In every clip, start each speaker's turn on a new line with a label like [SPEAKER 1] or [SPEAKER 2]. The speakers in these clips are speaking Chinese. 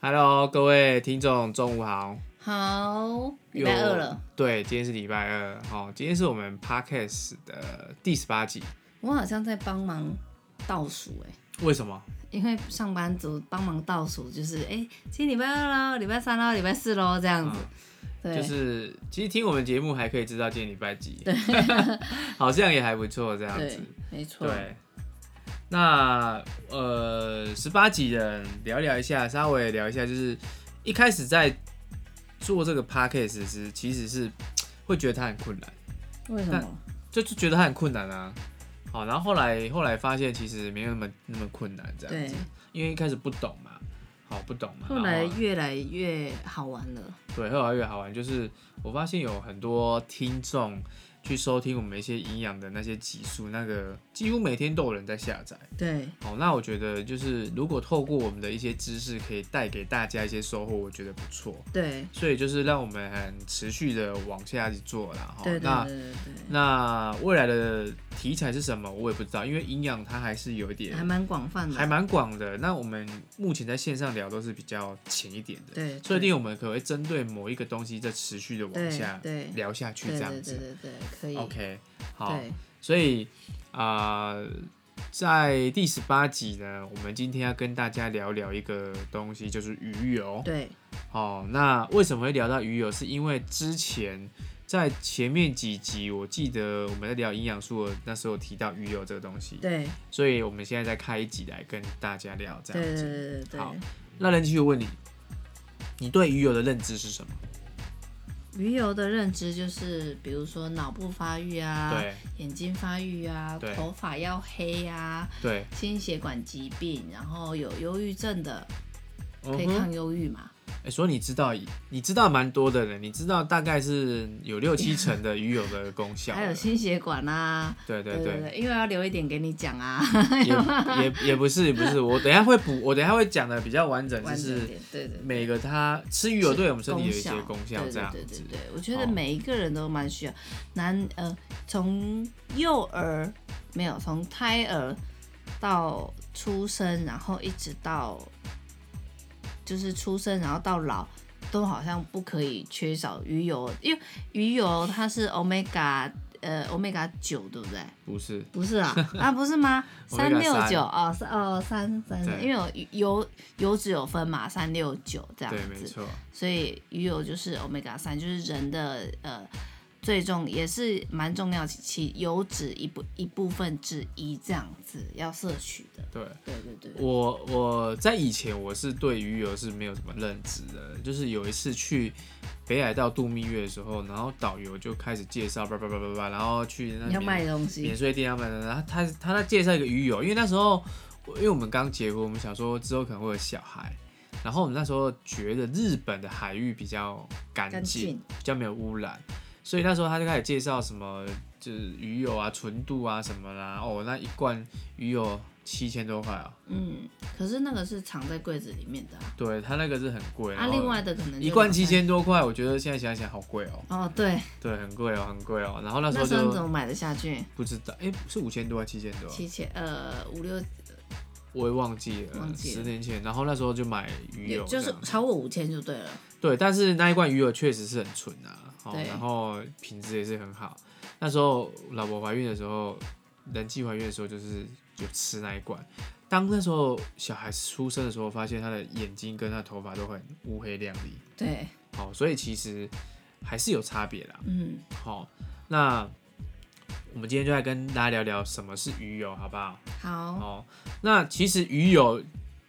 [SPEAKER 1] Hello，各位听众，中午好。
[SPEAKER 2] 好，礼拜二了，
[SPEAKER 1] 对，今天是礼拜二，好、今天是我们 Podcast 的第十八集。
[SPEAKER 2] 我好像在帮忙倒数哎、
[SPEAKER 1] 为什么？
[SPEAKER 2] 因为上班族帮忙倒数就是哎、今天礼拜二喽，礼拜三喽，礼拜四喽这样子。嗯对，
[SPEAKER 1] 啊就是其实听我们节目还可以知道今天礼拜几， 好像也还不错这样子
[SPEAKER 2] 对。，没错。
[SPEAKER 1] 对，那呃，十八集的聊聊一下，稍微聊一下，就是一开始在做这个 podcast 时，其实是会觉得它很困难，
[SPEAKER 2] 为什么？
[SPEAKER 1] 就是觉得它很困难啊。好，然后后来后来发现其实没有那么那么困难这样
[SPEAKER 2] 对
[SPEAKER 1] 子，，因为一开始不懂嘛，好啊不懂嘛，
[SPEAKER 2] 后来
[SPEAKER 1] 然后
[SPEAKER 2] 越来越好玩了。
[SPEAKER 1] 对后来越好玩，就是我发现有很多听众去收听我们一些营养的那些集数，那个几乎每天都有人在下载。
[SPEAKER 2] 对，
[SPEAKER 1] 好，那我觉得就是如果透过我们的一些知识，可以带给大家一些收获，我觉得不错。
[SPEAKER 2] 对，
[SPEAKER 1] 所以就是让我们很持续的往下去做啦。哈。
[SPEAKER 2] 对，对，
[SPEAKER 1] 哦那
[SPEAKER 2] 对，对
[SPEAKER 1] 那未来的题材是什么，我也不知道，因为营养它还是有一
[SPEAKER 2] 对，
[SPEAKER 1] 点
[SPEAKER 2] 还蛮广泛
[SPEAKER 1] 还
[SPEAKER 2] 的。
[SPEAKER 1] 蛮广的。那我们目前在线上聊都是比较浅一点的，
[SPEAKER 2] 对，
[SPEAKER 1] 所以一
[SPEAKER 2] 对
[SPEAKER 1] 定我们可能会针对某一个东西再持续的往下
[SPEAKER 2] 对对
[SPEAKER 1] 聊下去，
[SPEAKER 2] 对
[SPEAKER 1] 这
[SPEAKER 2] 对
[SPEAKER 1] 样
[SPEAKER 2] 对
[SPEAKER 1] 子。
[SPEAKER 2] 对对，可以。
[SPEAKER 1] OK，好。
[SPEAKER 2] 对，
[SPEAKER 1] 所以啊、呃在第十八集呢，我们今天要跟大家聊聊一个东西，就是鱼油。
[SPEAKER 2] 对，
[SPEAKER 1] 哦，那为什么会聊到鱼油？是因为之前在前面几集，我记得我们在聊营养素的那时候有提到鱼油这个东西，
[SPEAKER 2] 对，
[SPEAKER 1] 所以我们现在再开一集来跟大家聊这
[SPEAKER 2] 对，
[SPEAKER 1] 样
[SPEAKER 2] 对，
[SPEAKER 1] 子。
[SPEAKER 2] 对，对，
[SPEAKER 1] 好
[SPEAKER 2] 对。
[SPEAKER 1] 那人继续问你，你对鱼油的认知是什么？
[SPEAKER 2] 鱼油的认知就是，比如说脑部发育啊，
[SPEAKER 1] 对
[SPEAKER 2] 眼睛发育啊
[SPEAKER 1] 对，
[SPEAKER 2] 头发要黑啊，
[SPEAKER 1] 对，
[SPEAKER 2] 心血管疾病，然后有忧郁症的可以
[SPEAKER 1] 嗯哼
[SPEAKER 2] 抗忧郁嘛？
[SPEAKER 1] 欸、所以你知道，你知道蛮多的人，你知道大概是有六七成的鱼油的功效了，
[SPEAKER 2] 还有心血管啊，
[SPEAKER 1] 对对
[SPEAKER 2] 对对
[SPEAKER 1] 对，
[SPEAKER 2] 对，因为要留一点给你讲 啊，
[SPEAKER 1] 也也也不是也不是，我等一下会补，我等一下会讲的比较完整，就
[SPEAKER 2] 完整一
[SPEAKER 1] 是
[SPEAKER 2] 点，对对。
[SPEAKER 1] 每个它吃鱼油对我们身体有一些功效
[SPEAKER 2] 对
[SPEAKER 1] 这
[SPEAKER 2] 对
[SPEAKER 1] 样
[SPEAKER 2] 对
[SPEAKER 1] 子
[SPEAKER 2] 对，对，我觉得
[SPEAKER 1] 哦
[SPEAKER 2] 每一个人都蛮需要。男呃，从幼儿没有，从胎儿到出生，然后一直到就是出生，然后到老，都好像不可以缺少鱼油，因为鱼油它是 omega 呃 omega 九，对不对？
[SPEAKER 1] 不是
[SPEAKER 2] 不是 啊，啊不是吗？三
[SPEAKER 1] Omega
[SPEAKER 2] 六
[SPEAKER 1] 三
[SPEAKER 2] 九哦，三哦三三
[SPEAKER 1] 对
[SPEAKER 2] 三，因为有油油脂有分嘛，三六九这样
[SPEAKER 1] 对，没
[SPEAKER 2] 子。
[SPEAKER 1] 错，
[SPEAKER 2] 所以鱼油就是 omega 三，就是人的呃最重也是蛮重要其其油脂一部一部分之一这样子要摄取的。
[SPEAKER 1] 对。
[SPEAKER 2] 对对对，
[SPEAKER 1] 我我在以前我是对鱼油是没有什么认知的，就是有一次去北海道度蜜月的时候，然后导游就开始介绍，叭叭叭叭叭，然后去那
[SPEAKER 2] 你要
[SPEAKER 1] 边
[SPEAKER 2] 卖东
[SPEAKER 1] 免
[SPEAKER 2] 西，
[SPEAKER 1] 税店要卖的，然后他他在介绍一个鱼油，因为那时候我因为我们刚结婚，我们想说之后可能会有小孩，然后我们那时候觉得日本的海域比较干
[SPEAKER 2] 干
[SPEAKER 1] 净，
[SPEAKER 2] 净
[SPEAKER 1] 比较没有污染，所以那时候他就开始介绍什么就是鱼油啊、纯度啊什么啦，哦，那一罐鱼油七千多块啊，
[SPEAKER 2] 嗯，可是那个是藏在柜子里面的啊，
[SPEAKER 1] 对他那个是很贵，
[SPEAKER 2] 啊
[SPEAKER 1] 然后
[SPEAKER 2] 另外的嗯可能就
[SPEAKER 1] 一罐
[SPEAKER 2] 两
[SPEAKER 1] 七
[SPEAKER 2] 三。
[SPEAKER 1] 千多块，我觉得现在想想好贵哦、
[SPEAKER 2] 哦，对，
[SPEAKER 1] 对，很贵哦、很贵哦、然后那时
[SPEAKER 2] 那
[SPEAKER 1] 候
[SPEAKER 2] 时候你怎
[SPEAKER 1] 就
[SPEAKER 2] 么买得下去？
[SPEAKER 1] 不知道，哎、是五千多还是七千多啊？
[SPEAKER 2] 七千呃五六，
[SPEAKER 1] 我也忘记了，
[SPEAKER 2] 忘记
[SPEAKER 1] 十
[SPEAKER 2] 了
[SPEAKER 1] 年前，然后那时候就买鱼
[SPEAKER 2] 也
[SPEAKER 1] 油这
[SPEAKER 2] 就
[SPEAKER 1] 样，
[SPEAKER 2] 是超过五千就对了。
[SPEAKER 1] 对，但是那一罐鱼油确实是很纯啊，哦，
[SPEAKER 2] 对
[SPEAKER 1] 然后品质也是很好。那时候老婆怀孕的时候，人际怀孕的时候就是有吃那一罐。当那时候小孩出生的时候，发现他的眼睛跟他的头发都很乌黑亮丽，
[SPEAKER 2] 对，
[SPEAKER 1] 好、所以其实还是有差别啦。
[SPEAKER 2] 嗯，
[SPEAKER 1] 好、那我们今天就来跟大家聊聊什么是鱼油，好不好？
[SPEAKER 2] 好，
[SPEAKER 1] 哦，那其实鱼油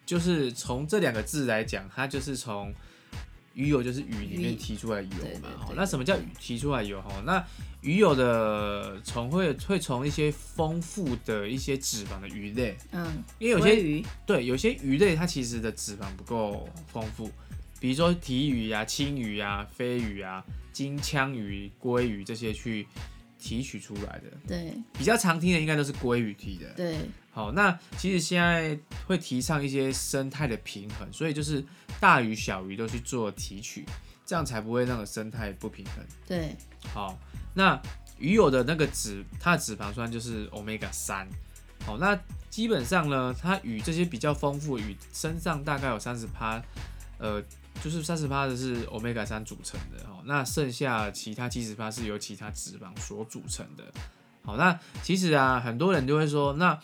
[SPEAKER 1] 就是从这两个字来讲，它就是从鱼油就是鱼里面
[SPEAKER 2] 鱼
[SPEAKER 1] 提出来油
[SPEAKER 2] 对对
[SPEAKER 1] 嘛。
[SPEAKER 2] 对
[SPEAKER 1] 哦
[SPEAKER 2] 对
[SPEAKER 1] 那什么叫提出来油？哈，哦那鱼油的从会会从一些丰富的一些脂肪的鱼类，
[SPEAKER 2] 嗯，
[SPEAKER 1] 因为有
[SPEAKER 2] 鲑
[SPEAKER 1] 些
[SPEAKER 2] 鱼，
[SPEAKER 1] 对有些鱼类它其实的脂肪不够丰富，比如说鲱鱼啊、青鱼啊、飞鱼啊、金枪鱼、鲑鱼这些去提取出来的。
[SPEAKER 2] 对
[SPEAKER 1] 比较常听的应该都是鲑鱼提的，
[SPEAKER 2] 对
[SPEAKER 1] 好，那其实现在会提倡一些生态的平衡，所以就是大鱼小鱼都去做提取，这样才不会让生态不平衡。
[SPEAKER 2] 对，
[SPEAKER 1] 好，那鱼油的那个脂，它的脂肪酸就是 omega 三。好，那基本上呢，它与这些比较丰富的鱼身上大概有三十趴呃，就是三十趴的是 omega 三组成的哦，那剩下其他七十趴是由其他脂肪所组成的。好，那其实啊，很多人就会说，那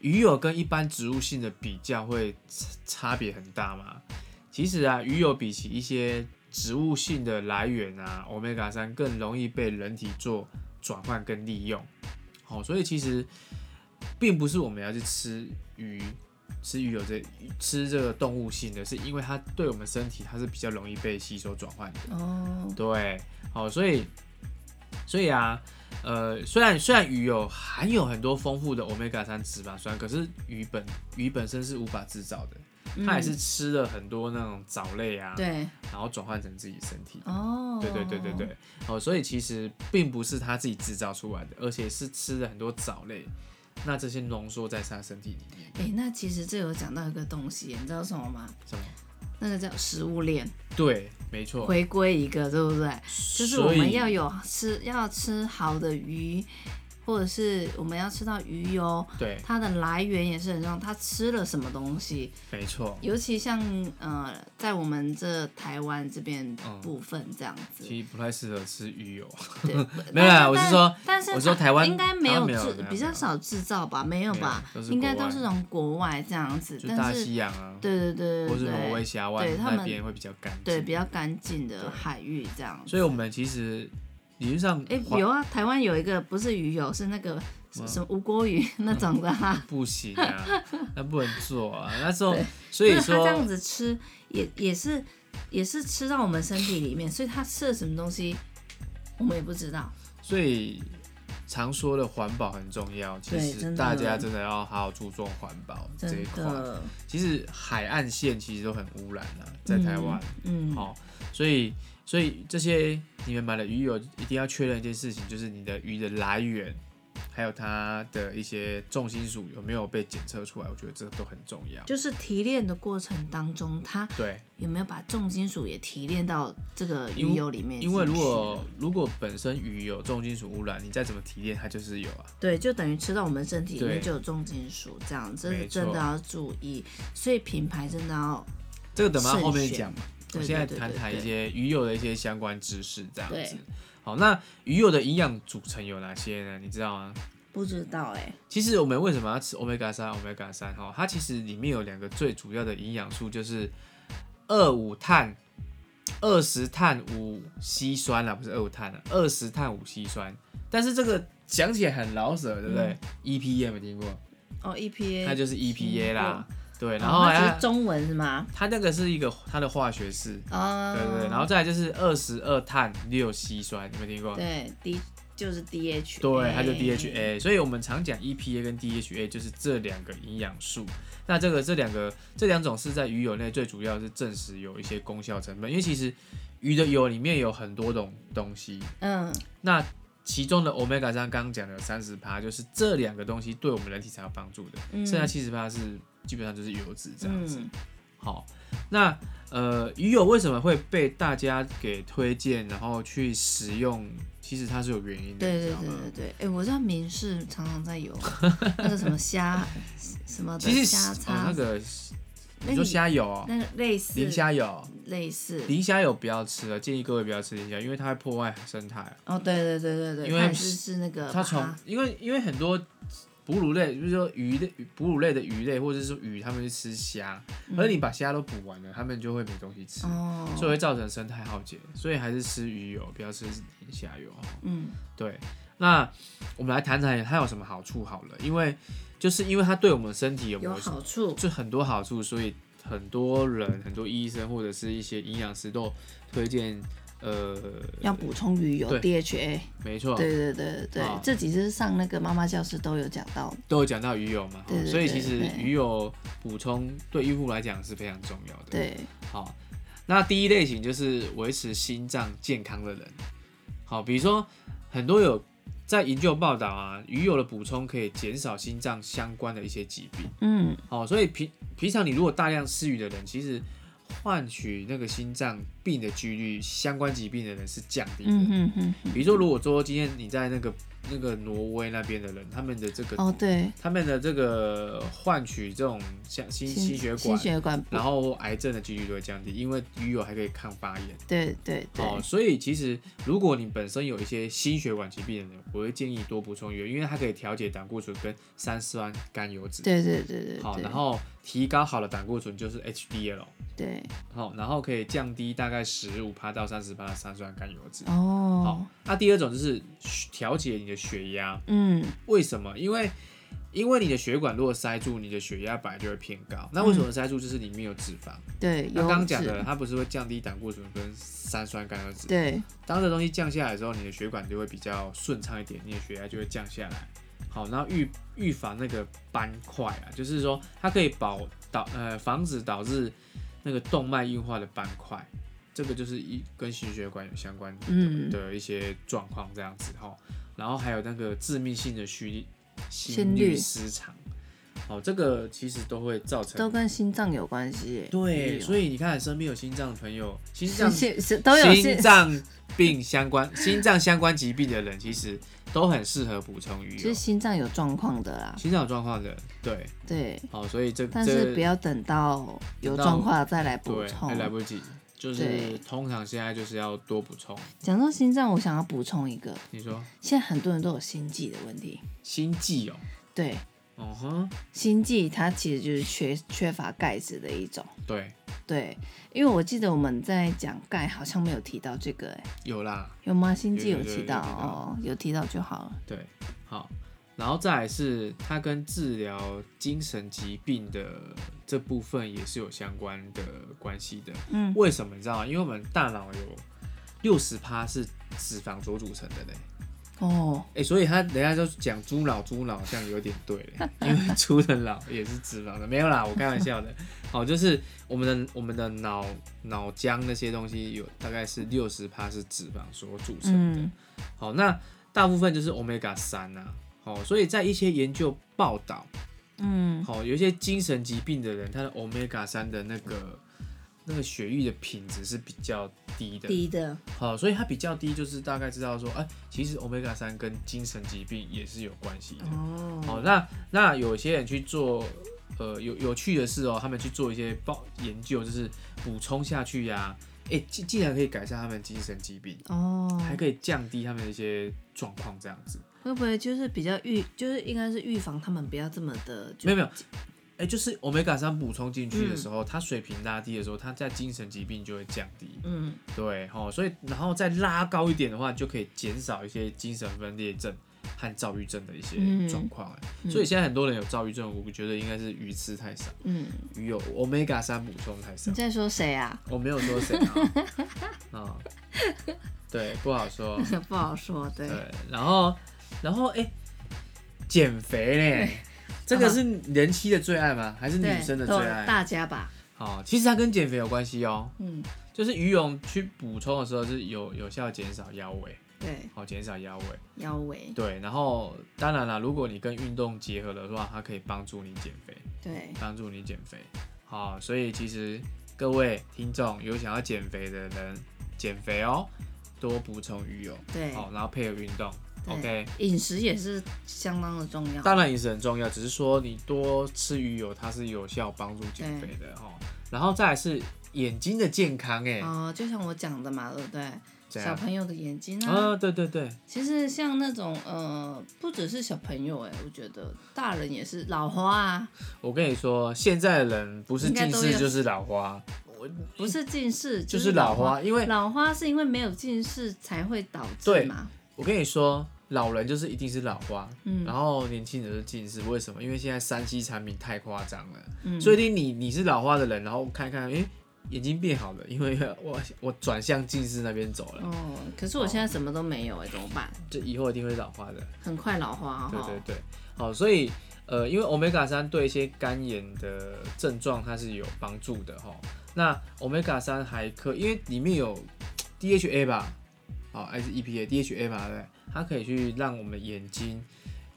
[SPEAKER 1] 鱼油跟一般植物性的比较会差差别很大吗？其实啊，鱼油比起一些植物性的来源啊，omega 三更容易被人体做转换跟利用。好、所以其实并不是我们要去吃鱼，吃鱼有这吃这个动物性的，是因为它对我们身体它是比较容易被吸收转换的。
[SPEAKER 2] 哦，
[SPEAKER 1] 对，好、所以所以啊，呃，虽然虽然鱼有含有很多丰富的 omega 三脂肪酸，可是鱼本鱼本身是无法制造的，它也是吃了很多那种藻类啊，
[SPEAKER 2] 嗯对，
[SPEAKER 1] 然后转换成自己身体的。
[SPEAKER 2] 哦，
[SPEAKER 1] 对对对对对，哦，所以其实并不是它自己制造出来的，而且是吃了很多藻类，那这些浓缩在它身体里面，
[SPEAKER 2] 哎、那其实这有讲到一个东西，你知道什么吗？
[SPEAKER 1] 什么？
[SPEAKER 2] 那个叫食物链，
[SPEAKER 1] 对，没错，
[SPEAKER 2] 回归一个，对不对？就是我
[SPEAKER 1] 哦所
[SPEAKER 2] 们
[SPEAKER 1] 以
[SPEAKER 2] 要有吃，要吃好的鱼，或者是我们要吃到鱼油，
[SPEAKER 1] 对，
[SPEAKER 2] 它的来源也是很重要，它吃了什么东西。
[SPEAKER 1] 没错。
[SPEAKER 2] 尤其像呃，在我们这台湾这边
[SPEAKER 1] 嗯
[SPEAKER 2] 部分这样子，
[SPEAKER 1] 其实不太适合吃鱼哦 油，
[SPEAKER 2] 对，
[SPEAKER 1] 没有啦
[SPEAKER 2] 但
[SPEAKER 1] 我是说
[SPEAKER 2] 但是
[SPEAKER 1] 我是说
[SPEAKER 2] 它
[SPEAKER 1] 台湾
[SPEAKER 2] 应该没
[SPEAKER 1] 台湾
[SPEAKER 2] 有
[SPEAKER 1] 没有
[SPEAKER 2] 制
[SPEAKER 1] 台，湾
[SPEAKER 2] 比较
[SPEAKER 1] 没有
[SPEAKER 2] 少制造吧，没有
[SPEAKER 1] 没有
[SPEAKER 2] 吧
[SPEAKER 1] 都，是
[SPEAKER 2] 应该
[SPEAKER 1] 国
[SPEAKER 2] 都是
[SPEAKER 1] 外
[SPEAKER 2] 从国外这样子，
[SPEAKER 1] 就大
[SPEAKER 2] 但是
[SPEAKER 1] 西洋啊，
[SPEAKER 2] 对对对
[SPEAKER 1] 或
[SPEAKER 2] 嗯对
[SPEAKER 1] 是挪威
[SPEAKER 2] 对，
[SPEAKER 1] 峡湾
[SPEAKER 2] 对他
[SPEAKER 1] 那
[SPEAKER 2] 们
[SPEAKER 1] 边会比较干净，
[SPEAKER 2] 对比较干净的
[SPEAKER 1] 对
[SPEAKER 2] 海域这样子。
[SPEAKER 1] 所以我们其实理论上
[SPEAKER 2] 哎、
[SPEAKER 1] 环
[SPEAKER 2] 有啊，台湾有一个不是鱼油，是那个什
[SPEAKER 1] 嗯
[SPEAKER 2] 什么无锅鱼那种的 哈、
[SPEAKER 1] 不行啊，那不能做啊，那时候
[SPEAKER 2] 对
[SPEAKER 1] 所以
[SPEAKER 2] 就是它这
[SPEAKER 1] 说
[SPEAKER 2] 样子吃也也是也是吃到我们身体里面，所以它吃了什么东西我们也不知道。
[SPEAKER 1] 所以常说的环保很重要，其
[SPEAKER 2] 对
[SPEAKER 1] 实
[SPEAKER 2] 真的
[SPEAKER 1] 大家真的要好好注重环保这
[SPEAKER 2] 真
[SPEAKER 1] 一块。
[SPEAKER 2] 的，
[SPEAKER 1] 其实海岸线其实都很污染啊，在台湾，
[SPEAKER 2] 嗯，嗯，
[SPEAKER 1] 好、所以所以这些你们买的鱼油一定要确认一件事情，就是你的鱼的来源，还有它的一些重金属有没有被检测出来，我觉得这都很重要。
[SPEAKER 2] 就是提炼的过程当中，它
[SPEAKER 1] 对，
[SPEAKER 2] 有没有把重金属也提炼到这个
[SPEAKER 1] 因
[SPEAKER 2] 鱼
[SPEAKER 1] 为
[SPEAKER 2] 油里面进去
[SPEAKER 1] 因为如果如果本身鱼有重金属污染，你再怎么提炼，它就是有啊。
[SPEAKER 2] 对，就等于吃到我们身体里
[SPEAKER 1] 对
[SPEAKER 2] 面就有重金属，这样这
[SPEAKER 1] 没
[SPEAKER 2] 是
[SPEAKER 1] 错
[SPEAKER 2] 真的要注意，所以品牌真的要
[SPEAKER 1] 这个等到后面
[SPEAKER 2] 慎选
[SPEAKER 1] 讲嘛。我
[SPEAKER 2] 对
[SPEAKER 1] 现在
[SPEAKER 2] 对对
[SPEAKER 1] 谈
[SPEAKER 2] 对
[SPEAKER 1] 谈一
[SPEAKER 2] 对
[SPEAKER 1] 些鱼油的一些相关知识，这样子
[SPEAKER 2] 对。
[SPEAKER 1] 好，那鱼油的营养组成有哪些呢？你知道吗？
[SPEAKER 2] 不知道哎、
[SPEAKER 1] 其实我们为什么要吃 omega 三？omega 三哈，它其实里面有两个最主要的营养素，就是二五碳、二十碳五烯酸啦，不是二五碳啊，二十碳五烯酸。但是这个讲起来很老舍，对不对、e
[SPEAKER 2] 嗯
[SPEAKER 1] p a 有没有听过？
[SPEAKER 2] 哦，EPA，
[SPEAKER 1] 它就是 EPA 啦。对，然后
[SPEAKER 2] 哦那只
[SPEAKER 1] 它
[SPEAKER 2] 是中文是吗？
[SPEAKER 1] 它那个是一个它的化学式，
[SPEAKER 2] 啊，
[SPEAKER 1] 对对对，然后再来就是二十二碳六烯酸，你有没有听过？
[SPEAKER 2] 对 D 就是 DHA，
[SPEAKER 1] 对，它就
[SPEAKER 2] 哎
[SPEAKER 1] DHA，所以我们常讲 EPA 跟 DHA 就是这两个营养素。那这个这两个这两种是在鱼油内最主要是证实有一些功效成分，因为其实鱼的油里面有很多种东西，
[SPEAKER 2] 嗯，
[SPEAKER 1] 那其中的 omega 三刚刚讲的有三十趴，就是这两个东西对我们人体才有帮助的，
[SPEAKER 2] 嗯
[SPEAKER 1] 剩下七十趴是基本上就是油脂这样子。
[SPEAKER 2] 嗯
[SPEAKER 1] 好，那呃，鱼油为什么会被大家给推荐，然后去使用？其实它是有原因的，
[SPEAKER 2] 对
[SPEAKER 1] 你知
[SPEAKER 2] 对
[SPEAKER 1] 道
[SPEAKER 2] 对
[SPEAKER 1] 吗？
[SPEAKER 2] 对对，哎，我知道民事常常 在有那个什么虾什么的
[SPEAKER 1] 其实
[SPEAKER 2] 虾
[SPEAKER 1] 哦
[SPEAKER 2] 叉，
[SPEAKER 1] 那个
[SPEAKER 2] 那
[SPEAKER 1] 你说
[SPEAKER 2] 你
[SPEAKER 1] 虾油、哦，
[SPEAKER 2] 那个类似
[SPEAKER 1] 磷虾油，
[SPEAKER 2] 类似
[SPEAKER 1] 磷虾油不要吃了，建议各位不要吃磷虾，因为它会破坏生态。
[SPEAKER 2] 哦，对对对对对，
[SPEAKER 1] 因为
[SPEAKER 2] 它也是是那个
[SPEAKER 1] 它
[SPEAKER 2] 把
[SPEAKER 1] 从因为因为很多哺乳类，就是说鱼类、哺乳类的鱼类或者是说鱼，它们去吃虾，而你把虾都捕完了，它们就会没东西吃。
[SPEAKER 2] 嗯哦，
[SPEAKER 1] 所以会造成生态浩劫，所以还是吃鱼油，不要吃磷虾油。哦
[SPEAKER 2] 嗯
[SPEAKER 1] 对，那我们来谈谈它有什么好处好了，因为就是因为它对我们身体有
[SPEAKER 2] 有
[SPEAKER 1] 某些
[SPEAKER 2] 好处，
[SPEAKER 1] 就很多好处，所以很多人、很多医生或者是一些营养师都推荐，呃，
[SPEAKER 2] 要补充鱼油
[SPEAKER 1] 对
[SPEAKER 2] DHA，
[SPEAKER 1] 没错，
[SPEAKER 2] 对对对对对
[SPEAKER 1] 啊，
[SPEAKER 2] 这几次上那个妈妈教室都有讲到，
[SPEAKER 1] 都有讲到鱼油嘛，
[SPEAKER 2] 对对
[SPEAKER 1] 所以其实
[SPEAKER 2] 对对
[SPEAKER 1] 鱼油补充对孕妇来讲是非常重要的。，
[SPEAKER 2] 对，嗯
[SPEAKER 1] 好，那第一类型就是维持心脏健康的人，好，比如说很多有在研究报道啊，鱼油的补充可以减少心脏相关的一些疾病。
[SPEAKER 2] 嗯，
[SPEAKER 1] 好，所以平平常你如果大量吃鱼的人，其实换取那个心脏病的几率，相关疾病的人是降低的。
[SPEAKER 2] 嗯哼哼哼，
[SPEAKER 1] 比如说，如果说今天你在那个那个挪威那边的人，他们的这个、
[SPEAKER 2] 哦，对，
[SPEAKER 1] 他们的这个换取这种像心心血
[SPEAKER 2] 心
[SPEAKER 1] 管，
[SPEAKER 2] 血管不，
[SPEAKER 1] 然后癌症的几率都会降低，因为鱼油还可以抗发炎。
[SPEAKER 2] 对对对，
[SPEAKER 1] 哦，所以其实如果你本身有一些心血管疾病的人，我会建议多补充鱼油，因为它可以调节胆固醇跟三酸甘油脂。
[SPEAKER 2] 对对对对，
[SPEAKER 1] 好，
[SPEAKER 2] 对
[SPEAKER 1] 然后提高好的胆固醇就是 HDL，
[SPEAKER 2] 对，
[SPEAKER 1] 好，然后可以降低大概十五帕到三十帕的三酸甘油脂。好
[SPEAKER 2] 哦，，
[SPEAKER 1] 那第二种就是调节你的血压，
[SPEAKER 2] 嗯，
[SPEAKER 1] 为什么？因为因为你的血管如果塞住，你的血压本来就会偏高。那为什么塞住？就是里面有脂肪。
[SPEAKER 2] 对，
[SPEAKER 1] 那
[SPEAKER 2] 嗯油
[SPEAKER 1] 刚刚讲
[SPEAKER 2] 脂
[SPEAKER 1] 的，它不是会降低胆固醇跟三酸甘油脂？
[SPEAKER 2] 对
[SPEAKER 1] 当这东西降下来之后，你的血管就会比较顺畅一点，你的血压就会降下来。好，然后预预防那个斑块啊，就是说它可以保导呃防止导致那个动脉硬化的斑块，这个就是一跟心血管有相关的、
[SPEAKER 2] 嗯
[SPEAKER 1] 的一些状况这样子哈。然后还有那个致命性的心
[SPEAKER 2] 心
[SPEAKER 1] 心
[SPEAKER 2] 律
[SPEAKER 1] 律失常，好，这个其实都会造成
[SPEAKER 2] 都跟心脏有关系耶，
[SPEAKER 1] 对，所
[SPEAKER 2] 以
[SPEAKER 1] 以你看身边有心脏的朋友，心脏
[SPEAKER 2] 是是都哦有
[SPEAKER 1] 心
[SPEAKER 2] 是
[SPEAKER 1] 脏病相关、 心脏相关疾病的人，其实都很适合补充鱼
[SPEAKER 2] 就
[SPEAKER 1] 油
[SPEAKER 2] 是。心脏有状况的啦，
[SPEAKER 1] 心脏有状况的，对，
[SPEAKER 2] 对，
[SPEAKER 1] 好，所以这
[SPEAKER 2] 但
[SPEAKER 1] 这
[SPEAKER 2] 是不要等到
[SPEAKER 1] 等
[SPEAKER 2] 有
[SPEAKER 1] 到
[SPEAKER 2] 状况再来补
[SPEAKER 1] 对还
[SPEAKER 2] 充。
[SPEAKER 1] 来不及，就是
[SPEAKER 2] 对
[SPEAKER 1] 通常现在就是要多补充。
[SPEAKER 2] 讲到心脏，我想要补充一个，
[SPEAKER 1] 你说
[SPEAKER 2] 现在很多人都有心悸的问题，
[SPEAKER 1] 心悸哦，
[SPEAKER 2] 对，
[SPEAKER 1] 嗯哼，
[SPEAKER 2] 心悸它其实就是缺缺乏钙质的一种，
[SPEAKER 1] 对，
[SPEAKER 2] 对，因为我记得我们在讲钙好像没有提到这个、欸，
[SPEAKER 1] 有啦，
[SPEAKER 2] 有吗？心悸
[SPEAKER 1] 有
[SPEAKER 2] 有
[SPEAKER 1] 有
[SPEAKER 2] 提
[SPEAKER 1] 有有
[SPEAKER 2] 到
[SPEAKER 1] 提到
[SPEAKER 2] 哦，有提到就好了，
[SPEAKER 1] 对，好，然后再来是它跟治疗精神疾病的这部分也是有相关的关系的。
[SPEAKER 2] 嗯，
[SPEAKER 1] 为什么你知道吗？因为我们大脑有六十趴是脂肪所组成的嘞。
[SPEAKER 2] 哦，
[SPEAKER 1] 哎、所以他人家就讲猪脑，猪脑好像有点对嘞，因为猪的脑也是脂肪的，没有啦，我开玩笑的。好，就是我们的我们的脑脑浆那些东西有大概是六十趴是脂肪所组成的。
[SPEAKER 2] 嗯
[SPEAKER 1] 好，那大部分就是 omega 三呐、啊。好，所以在一些研究报道，
[SPEAKER 2] 嗯，
[SPEAKER 1] 好，有一些精神疾病的人，他的 omega 三的那个那个血液的品质是比较低的。
[SPEAKER 2] 低的，
[SPEAKER 1] 好，所以它比较低，就是大概知道说，哎、其实 omega 三跟精神疾病也是有关系的。
[SPEAKER 2] 哦，
[SPEAKER 1] 好，那那有些人去做，呃，有有趣的是哦，他们去做一些报研究，就是补充下去呀、哎、竟竟然可以改善他们精神疾病，
[SPEAKER 2] 哦，
[SPEAKER 1] 还可以降低他们的一些状况，这样子。
[SPEAKER 2] 会不会就是比较预，就是应该是预防他们不要这么的，就
[SPEAKER 1] 没有没有，哎、就是 omega 三补充进去的时候，它水平拉低的时候，它在精神疾病就会降低。
[SPEAKER 2] 嗯，
[SPEAKER 1] 对，哦，所以然后再拉高一点的话，就可以减少一些精神分裂症和躁郁症的一些
[SPEAKER 2] 嗯
[SPEAKER 1] 状况、哎所以现在很多人有躁郁症，我觉得应该是鱼吃太少，
[SPEAKER 2] 嗯，
[SPEAKER 1] 鱼有 omega 三补充太少
[SPEAKER 2] 你。在说谁啊？
[SPEAKER 1] 我没有说谁啊，啊、对，不好说。
[SPEAKER 2] 不好说，对，
[SPEAKER 1] 对，然后然后哎，减、肥嘞，这个是人妻的最爱吗？还是
[SPEAKER 2] 对，
[SPEAKER 1] 女生的最
[SPEAKER 2] 都
[SPEAKER 1] 爱？
[SPEAKER 2] 大家吧，
[SPEAKER 1] 好、其实它跟减肥有关系哦。
[SPEAKER 2] 嗯，
[SPEAKER 1] 就是鱼泳去补充的时候是有有效减少腰围，
[SPEAKER 2] 对，
[SPEAKER 1] 好、减少腰围。
[SPEAKER 2] 腰围，
[SPEAKER 1] 对，然后当然啦，如果你跟运动结合的话，它可以帮助你减肥，
[SPEAKER 2] 对，
[SPEAKER 1] 帮助你减肥。好、所以其实各位听众有想要减肥的人，减肥哦，多补充鱼油，
[SPEAKER 2] 对
[SPEAKER 1] 好、然后配合运动。
[SPEAKER 2] 对
[SPEAKER 1] OK，
[SPEAKER 2] 饮食也是相当的重要，
[SPEAKER 1] 当然饮食很重要，只是说你多吃鱼油，它是有效帮助减肥的哦。然后再来是眼睛的健康，哎、
[SPEAKER 2] 哦，就像我讲的嘛，对不对？
[SPEAKER 1] 怎
[SPEAKER 2] 小
[SPEAKER 1] 样？
[SPEAKER 2] 朋友的眼睛啊，
[SPEAKER 1] 啊，对对对，
[SPEAKER 2] 其实像那种呃，不只是小朋友哎、我觉得大人也是老花啊，
[SPEAKER 1] 我跟你说，现在的人不是
[SPEAKER 2] 应该
[SPEAKER 1] 近
[SPEAKER 2] 都
[SPEAKER 1] 视
[SPEAKER 2] 有
[SPEAKER 1] 就是老花，
[SPEAKER 2] 不是近视
[SPEAKER 1] 就是
[SPEAKER 2] 老
[SPEAKER 1] 老花，因为
[SPEAKER 2] 老花是因为没有近视才会导致
[SPEAKER 1] 对
[SPEAKER 2] 嘛？
[SPEAKER 1] 我跟你说，老人就是一定是老花，
[SPEAKER 2] 嗯
[SPEAKER 1] 然后年轻人是近视，为什么？因为现在三 C 产品太夸张了，
[SPEAKER 2] 嗯
[SPEAKER 1] 所以你你是老花的人，然后看一看，诶，眼睛变好了，因为我我转向近视那边走了，
[SPEAKER 2] 哦，可是我现在什么都没有哎、怎么办？
[SPEAKER 1] 这以后一定会老花的，
[SPEAKER 2] 很快老花哦哈、
[SPEAKER 1] 对对对，好，所以呃，因为 omega 三对一些肝炎的症状它是有帮助的哈。那 omega 三还可，因为里面有 DHA 吧，好还是 E EPA，DHA 吧，对不对，它可以去让我们眼睛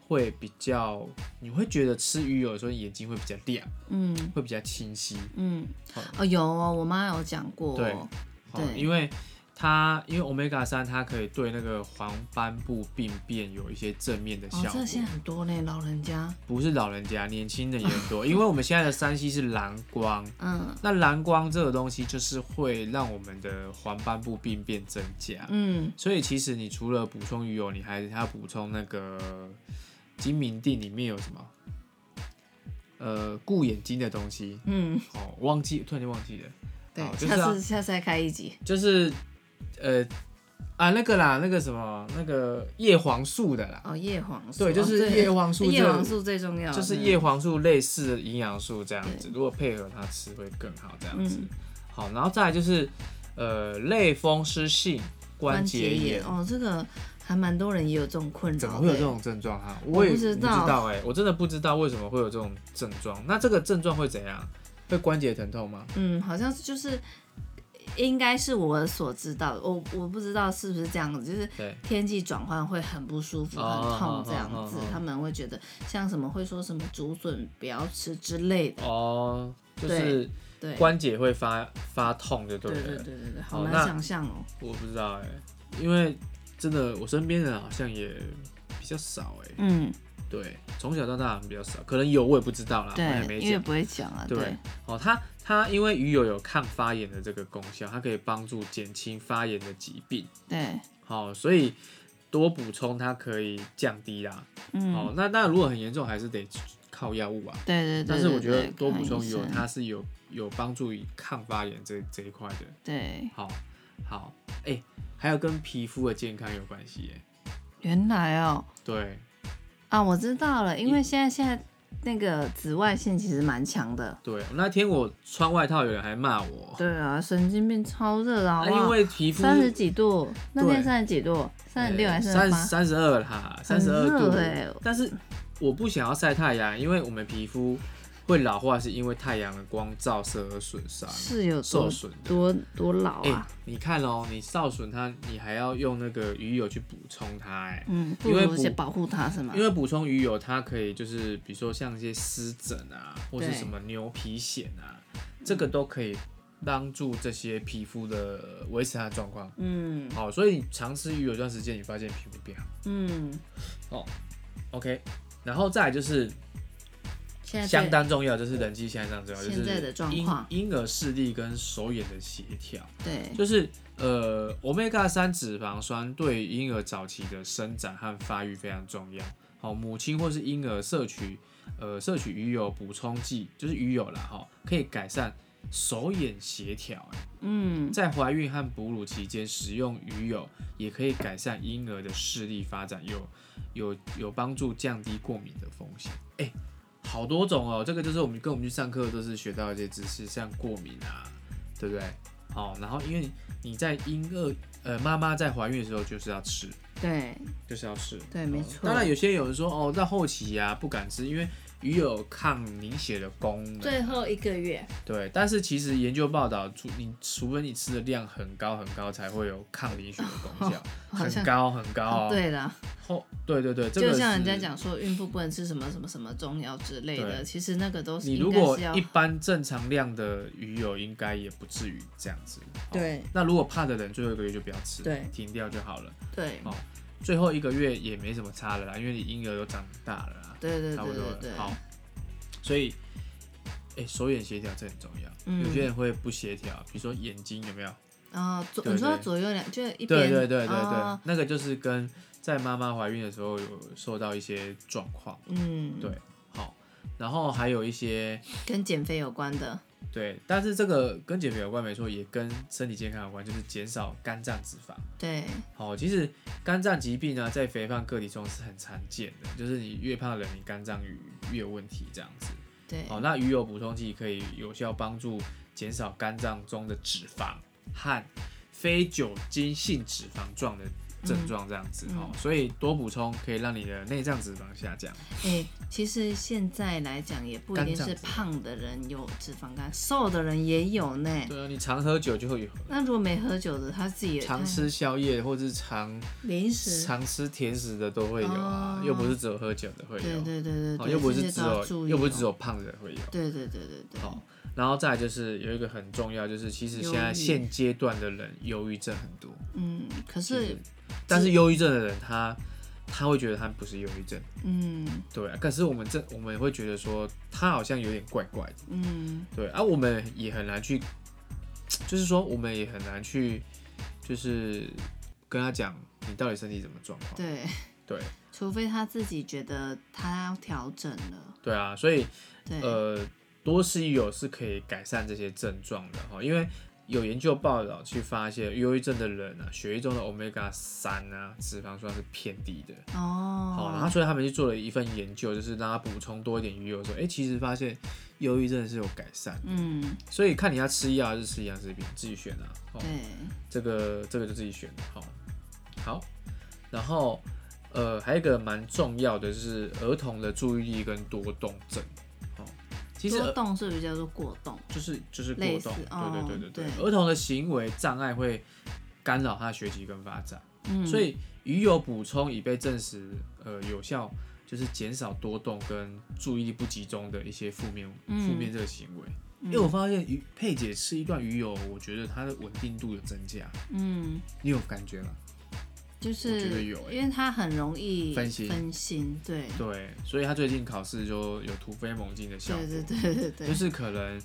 [SPEAKER 1] 会比较，你会觉得吃鱼油的时候眼睛会比较亮，
[SPEAKER 2] 嗯
[SPEAKER 1] 会比较清晰，
[SPEAKER 2] 嗯
[SPEAKER 1] 好，
[SPEAKER 2] 哦有哦，我妈有讲过、
[SPEAKER 1] 对
[SPEAKER 2] 哦，
[SPEAKER 1] 好
[SPEAKER 2] 对
[SPEAKER 1] 因为它因为 omega 三，它可以对那个黄斑部病变有一些正面的
[SPEAKER 2] 哦，
[SPEAKER 1] 效果。
[SPEAKER 2] 这些很多嘞，老人家，
[SPEAKER 1] 不是老人家，年轻人也很多，因为我们现在的三 C 是蓝光，
[SPEAKER 2] 嗯
[SPEAKER 1] 那蓝光这个东西就是会让我们的黄斑部病变增加。
[SPEAKER 2] 嗯
[SPEAKER 1] 所以其实你除了补充鱼油，你还还要补充那个金明定里面有什么？呃，顾眼睛的东西。
[SPEAKER 2] 嗯，
[SPEAKER 1] 哦，忘记，突然间忘记了。
[SPEAKER 2] 对
[SPEAKER 1] 好，就是啊
[SPEAKER 2] 下次下次再开一集，
[SPEAKER 1] 就是呃啊那个啦，那个什么那个叶黄素的啦，
[SPEAKER 2] 哦，叶黄素，
[SPEAKER 1] 对，就
[SPEAKER 2] 哦
[SPEAKER 1] 是
[SPEAKER 2] 这
[SPEAKER 1] 叶黄素，
[SPEAKER 2] 叶
[SPEAKER 1] 这
[SPEAKER 2] 黄素最重要，
[SPEAKER 1] 就是
[SPEAKER 2] 嗯
[SPEAKER 1] 叶黄素类似的营养素这样子，如果配合它吃会更好这样子。
[SPEAKER 2] 嗯
[SPEAKER 1] 好，然后再来就是呃类风湿性关
[SPEAKER 2] 关
[SPEAKER 1] 节
[SPEAKER 2] 节
[SPEAKER 1] 炎
[SPEAKER 2] 炎，。哦，这个还蛮多人也有这种困扰，
[SPEAKER 1] 怎么会有这？种症状哈、
[SPEAKER 2] 我
[SPEAKER 1] 我也
[SPEAKER 2] 不知道
[SPEAKER 1] 哎、我真的不知道为什么会有这种症状。那这个症状会怎样？会关节疼痛吗？
[SPEAKER 2] 嗯，好像就是应该是我所知道的，我我不知道是不是这样子，就是
[SPEAKER 1] 对，
[SPEAKER 2] 天气转换会很不舒服、
[SPEAKER 1] 哦哦
[SPEAKER 2] 很痛
[SPEAKER 1] 哦
[SPEAKER 2] 这样
[SPEAKER 1] 哦
[SPEAKER 2] 子
[SPEAKER 1] 哦，
[SPEAKER 2] 他们会觉得像什么会说什么竹笋不要吃之类的，
[SPEAKER 1] 哦，就
[SPEAKER 2] 对
[SPEAKER 1] 是
[SPEAKER 2] 对，
[SPEAKER 1] 关节会发发痛就对
[SPEAKER 2] 对
[SPEAKER 1] 了。
[SPEAKER 2] 对对对对，好
[SPEAKER 1] 好
[SPEAKER 2] 难
[SPEAKER 1] 那
[SPEAKER 2] 想象哦，
[SPEAKER 1] 我不知道哎、因为真的我身边人好像也比较少哎、
[SPEAKER 2] 嗯，
[SPEAKER 1] 对，从小到大比较少，可能有我也不知道啦，我也
[SPEAKER 2] 对，
[SPEAKER 1] 没
[SPEAKER 2] 因为
[SPEAKER 1] 讲。
[SPEAKER 2] 不会讲啊，
[SPEAKER 1] 对
[SPEAKER 2] 对，
[SPEAKER 1] 哦，它它因为鱼油有抗发炎的这个功效，它可以帮助减轻发炎的疾病。
[SPEAKER 2] 对，
[SPEAKER 1] 好、所以多补充它可以降低啦。
[SPEAKER 2] 嗯，
[SPEAKER 1] 哦，那那如果很严重，还是得靠药物啊。
[SPEAKER 2] 对对对，
[SPEAKER 1] 但是我
[SPEAKER 2] 对
[SPEAKER 1] 觉得
[SPEAKER 2] 对
[SPEAKER 1] 多补
[SPEAKER 2] 看
[SPEAKER 1] 充
[SPEAKER 2] 医
[SPEAKER 1] 鱼油，
[SPEAKER 2] 生
[SPEAKER 1] 它是有有帮助于抗发炎这这一块的。
[SPEAKER 2] 对，
[SPEAKER 1] 好，好，哎、还有跟皮肤的健康有关系耶。
[SPEAKER 2] 原来哦，
[SPEAKER 1] 对，
[SPEAKER 2] 啊，我知道了，因为现在现在那个紫外线其实蛮强的。
[SPEAKER 1] 对，那天我穿外套，有人还骂我，
[SPEAKER 2] 对啊，神经病超热的好
[SPEAKER 1] 啊、
[SPEAKER 2] 不好？
[SPEAKER 1] 因为皮肤
[SPEAKER 2] 三十几度，那天
[SPEAKER 1] 对
[SPEAKER 2] 三十几度，三十六还是
[SPEAKER 1] 三
[SPEAKER 2] 三八？
[SPEAKER 1] 三十二啦，三十二
[SPEAKER 2] 很
[SPEAKER 1] 度
[SPEAKER 2] 热欸
[SPEAKER 1] 但是我不想要晒太阳，因为我们皮肤会老化，是因为太阳的光照射而损伤、
[SPEAKER 2] 是有
[SPEAKER 1] 受
[SPEAKER 2] 多
[SPEAKER 1] 损的。
[SPEAKER 2] 多多老
[SPEAKER 1] 哎、
[SPEAKER 2] 啊？
[SPEAKER 1] 你看哦，你少损它，你还要用那个鱼油去补充它、哎、
[SPEAKER 2] 嗯，不
[SPEAKER 1] 因为
[SPEAKER 2] 如先
[SPEAKER 1] 不
[SPEAKER 2] 保护它是吗
[SPEAKER 1] 因？为补充鱼油，它可以就是比如说像一些湿疹啊，或是
[SPEAKER 2] 对
[SPEAKER 1] 什么牛皮癣啊，这个都可以帮助这些皮肤的维持它的状况。
[SPEAKER 2] 嗯
[SPEAKER 1] 好，所以常吃鱼油一段时间，你发现皮肤变好。
[SPEAKER 2] 嗯，
[SPEAKER 1] OK，然后再来就是
[SPEAKER 2] 现在
[SPEAKER 1] 相
[SPEAKER 2] 对
[SPEAKER 1] 当重要，就是人际相当重要，就是
[SPEAKER 2] 现在的状
[SPEAKER 1] 婴
[SPEAKER 2] 况
[SPEAKER 1] 婴儿视力跟手眼的协调，
[SPEAKER 2] 对，
[SPEAKER 1] 就是呃，omega 三脂肪酸对婴儿早期的生长和发育非常重要。好，母亲或是婴儿摄取呃摄取鱼油补充剂，就是鱼油啦，哈，可以改善手眼协调。哎
[SPEAKER 2] 嗯
[SPEAKER 1] 在怀孕和哺乳期间食用鱼油，也可以改善婴儿的视力发展，有有有帮助降低过敏的风险。哎、好多种哦，这个就是我们跟我们去上课都是学到一些知识，像过敏啊，对不对？好、然后因为你在婴儿呃妈妈在怀孕的时候就是要吃，
[SPEAKER 2] 对
[SPEAKER 1] 就是要吃。
[SPEAKER 2] 对
[SPEAKER 1] 哦
[SPEAKER 2] 没错
[SPEAKER 1] 当然有些有人说哦，到后期呀、不敢吃，因为鱼有抗凝血的功能。
[SPEAKER 2] 最后一个月
[SPEAKER 1] 对，但是其实研究报道，除你除非你吃的量很高很高，才会有抗凝血的功效，
[SPEAKER 2] 哦 好
[SPEAKER 1] 很
[SPEAKER 2] 像
[SPEAKER 1] 高很高、哦。
[SPEAKER 2] 对啦，
[SPEAKER 1] 后对对对，这个
[SPEAKER 2] 就像人家
[SPEAKER 1] 是，
[SPEAKER 2] 讲说孕妇不能吃什么什么什么中药之类的，
[SPEAKER 1] 对
[SPEAKER 2] 其实那个都是
[SPEAKER 1] 你
[SPEAKER 2] 应
[SPEAKER 1] 如
[SPEAKER 2] 该
[SPEAKER 1] 果
[SPEAKER 2] 是要
[SPEAKER 1] 一般正常量的鱼油，应该也不至于这样子。哦
[SPEAKER 2] 对
[SPEAKER 1] 那如果怕的人，最后一个月就不要吃，
[SPEAKER 2] 对
[SPEAKER 1] 停掉就好了。
[SPEAKER 2] 对
[SPEAKER 1] 哦，最后一个月也没什么差了啦，因为你婴儿都长大了啦，
[SPEAKER 2] 对对
[SPEAKER 1] 差
[SPEAKER 2] 对
[SPEAKER 1] 不多
[SPEAKER 2] 对
[SPEAKER 1] 了。
[SPEAKER 2] 对，
[SPEAKER 1] 好，所以，哎、手眼协调这很重要。
[SPEAKER 2] 嗯
[SPEAKER 1] 有些人会不协调，比如说眼睛有没有？
[SPEAKER 2] 啊，左
[SPEAKER 1] 对
[SPEAKER 2] 你说
[SPEAKER 1] 对
[SPEAKER 2] 左右两就一边，
[SPEAKER 1] 对对对对对
[SPEAKER 2] 哦，
[SPEAKER 1] 那个就是跟在妈妈怀孕的时候有受到一些状况，
[SPEAKER 2] 嗯，
[SPEAKER 1] 对好，然后还有一些
[SPEAKER 2] 跟减肥有关的，
[SPEAKER 1] 对，但是这个跟减肥有关没错，也跟身体健康有关，就是减少肝脏脂肪。
[SPEAKER 2] 对，
[SPEAKER 1] 好，其实肝脏疾病呢，啊在肥胖个体中是很常见的，就是你越胖的人，你肝脏越有问题这样子。
[SPEAKER 2] 对，
[SPEAKER 1] 好，那鱼油补充剂可以有效帮助减少肝脏中的脂肪和非酒精性脂肪状的症状这样子
[SPEAKER 2] 嗯
[SPEAKER 1] 哦，所以多补充可以让你的内脏脂肪下降。
[SPEAKER 2] 哎、其实现在来讲，也不一定
[SPEAKER 1] 肝
[SPEAKER 2] 是
[SPEAKER 1] 脏脂肪
[SPEAKER 2] 胖的人有脂肪肝，瘦的人也有呢。
[SPEAKER 1] 对啊，你常喝酒就会有，
[SPEAKER 2] 那如果没喝酒的，他自己也
[SPEAKER 1] 常吃宵夜或是常
[SPEAKER 2] 零食，
[SPEAKER 1] 常吃甜食的都会有啊，
[SPEAKER 2] 哦
[SPEAKER 1] 又不是只有喝酒的会有，
[SPEAKER 2] 对对对对
[SPEAKER 1] 哦
[SPEAKER 2] 对，
[SPEAKER 1] 又不是
[SPEAKER 2] 这些
[SPEAKER 1] 只
[SPEAKER 2] 都要注
[SPEAKER 1] 有
[SPEAKER 2] 意
[SPEAKER 1] 又不是只
[SPEAKER 2] 哦，
[SPEAKER 1] 有胖的会有。
[SPEAKER 2] 对对对对对，
[SPEAKER 1] 好、然后再来就是有一个很重要，就是其实现
[SPEAKER 2] 忧
[SPEAKER 1] 在
[SPEAKER 2] 郁
[SPEAKER 1] 现阶段的人忧郁症很多，
[SPEAKER 2] 嗯，可
[SPEAKER 1] 其实
[SPEAKER 2] 是
[SPEAKER 1] 但是忧郁症的人他他会觉得他不是忧郁症，
[SPEAKER 2] 嗯
[SPEAKER 1] 对啊，可是我们这我们会觉得说他好像有点怪怪的，
[SPEAKER 2] 嗯
[SPEAKER 1] 对啊，我们也很难去，就是说我们也很难去，就是跟他讲你到底身体怎么状况，
[SPEAKER 2] 对，
[SPEAKER 1] 对
[SPEAKER 2] 除非他自己觉得他要调整了，
[SPEAKER 1] 对啊，所以
[SPEAKER 2] 对，
[SPEAKER 1] 呃，多吃益有是可以改善这些症状的哈，因为有研究报道去发现，忧郁症的人啊，血液中的 omega 三啊，脂肪酸是偏低的。
[SPEAKER 2] 哦，
[SPEAKER 1] 好，然后所以他们就做了一份研究，就是让他补充多一点鱼油，说，哎、其实发现忧郁症是有改善，
[SPEAKER 2] 嗯，
[SPEAKER 1] 所以看你要吃药还是吃营养食品，自己选啊。哦，
[SPEAKER 2] 对，
[SPEAKER 1] 这个这个就自己选，好、好，然后呃，还有一个蛮重要的就是儿童的注意力跟多动症，哦，其实
[SPEAKER 2] 多
[SPEAKER 1] 儿
[SPEAKER 2] 动是不是叫做过动？
[SPEAKER 1] 就是就是过
[SPEAKER 2] 类似
[SPEAKER 1] 动，
[SPEAKER 2] 哦
[SPEAKER 1] 对对对对
[SPEAKER 2] 对
[SPEAKER 1] 对，儿童的行为障碍会干扰他的学习跟发展，
[SPEAKER 2] 嗯，
[SPEAKER 1] 所以鱼油补充已被证实，呃，有效就是减少多动跟注意力不集中的一些负面
[SPEAKER 2] 嗯
[SPEAKER 1] 负面这个行为。因为
[SPEAKER 2] 嗯
[SPEAKER 1] 我发现鱼佩姐吃一段鱼油，我觉得它的稳定度有增加，
[SPEAKER 2] 嗯。
[SPEAKER 1] 你有感觉吗？
[SPEAKER 2] 就
[SPEAKER 1] 我觉得
[SPEAKER 2] 是
[SPEAKER 1] 有欸
[SPEAKER 2] 因为他很容易
[SPEAKER 1] 分心
[SPEAKER 2] 分心，对，
[SPEAKER 1] 对，所以他最近考试就有突飞猛进的效果，
[SPEAKER 2] 对对对对对，
[SPEAKER 1] 就是可能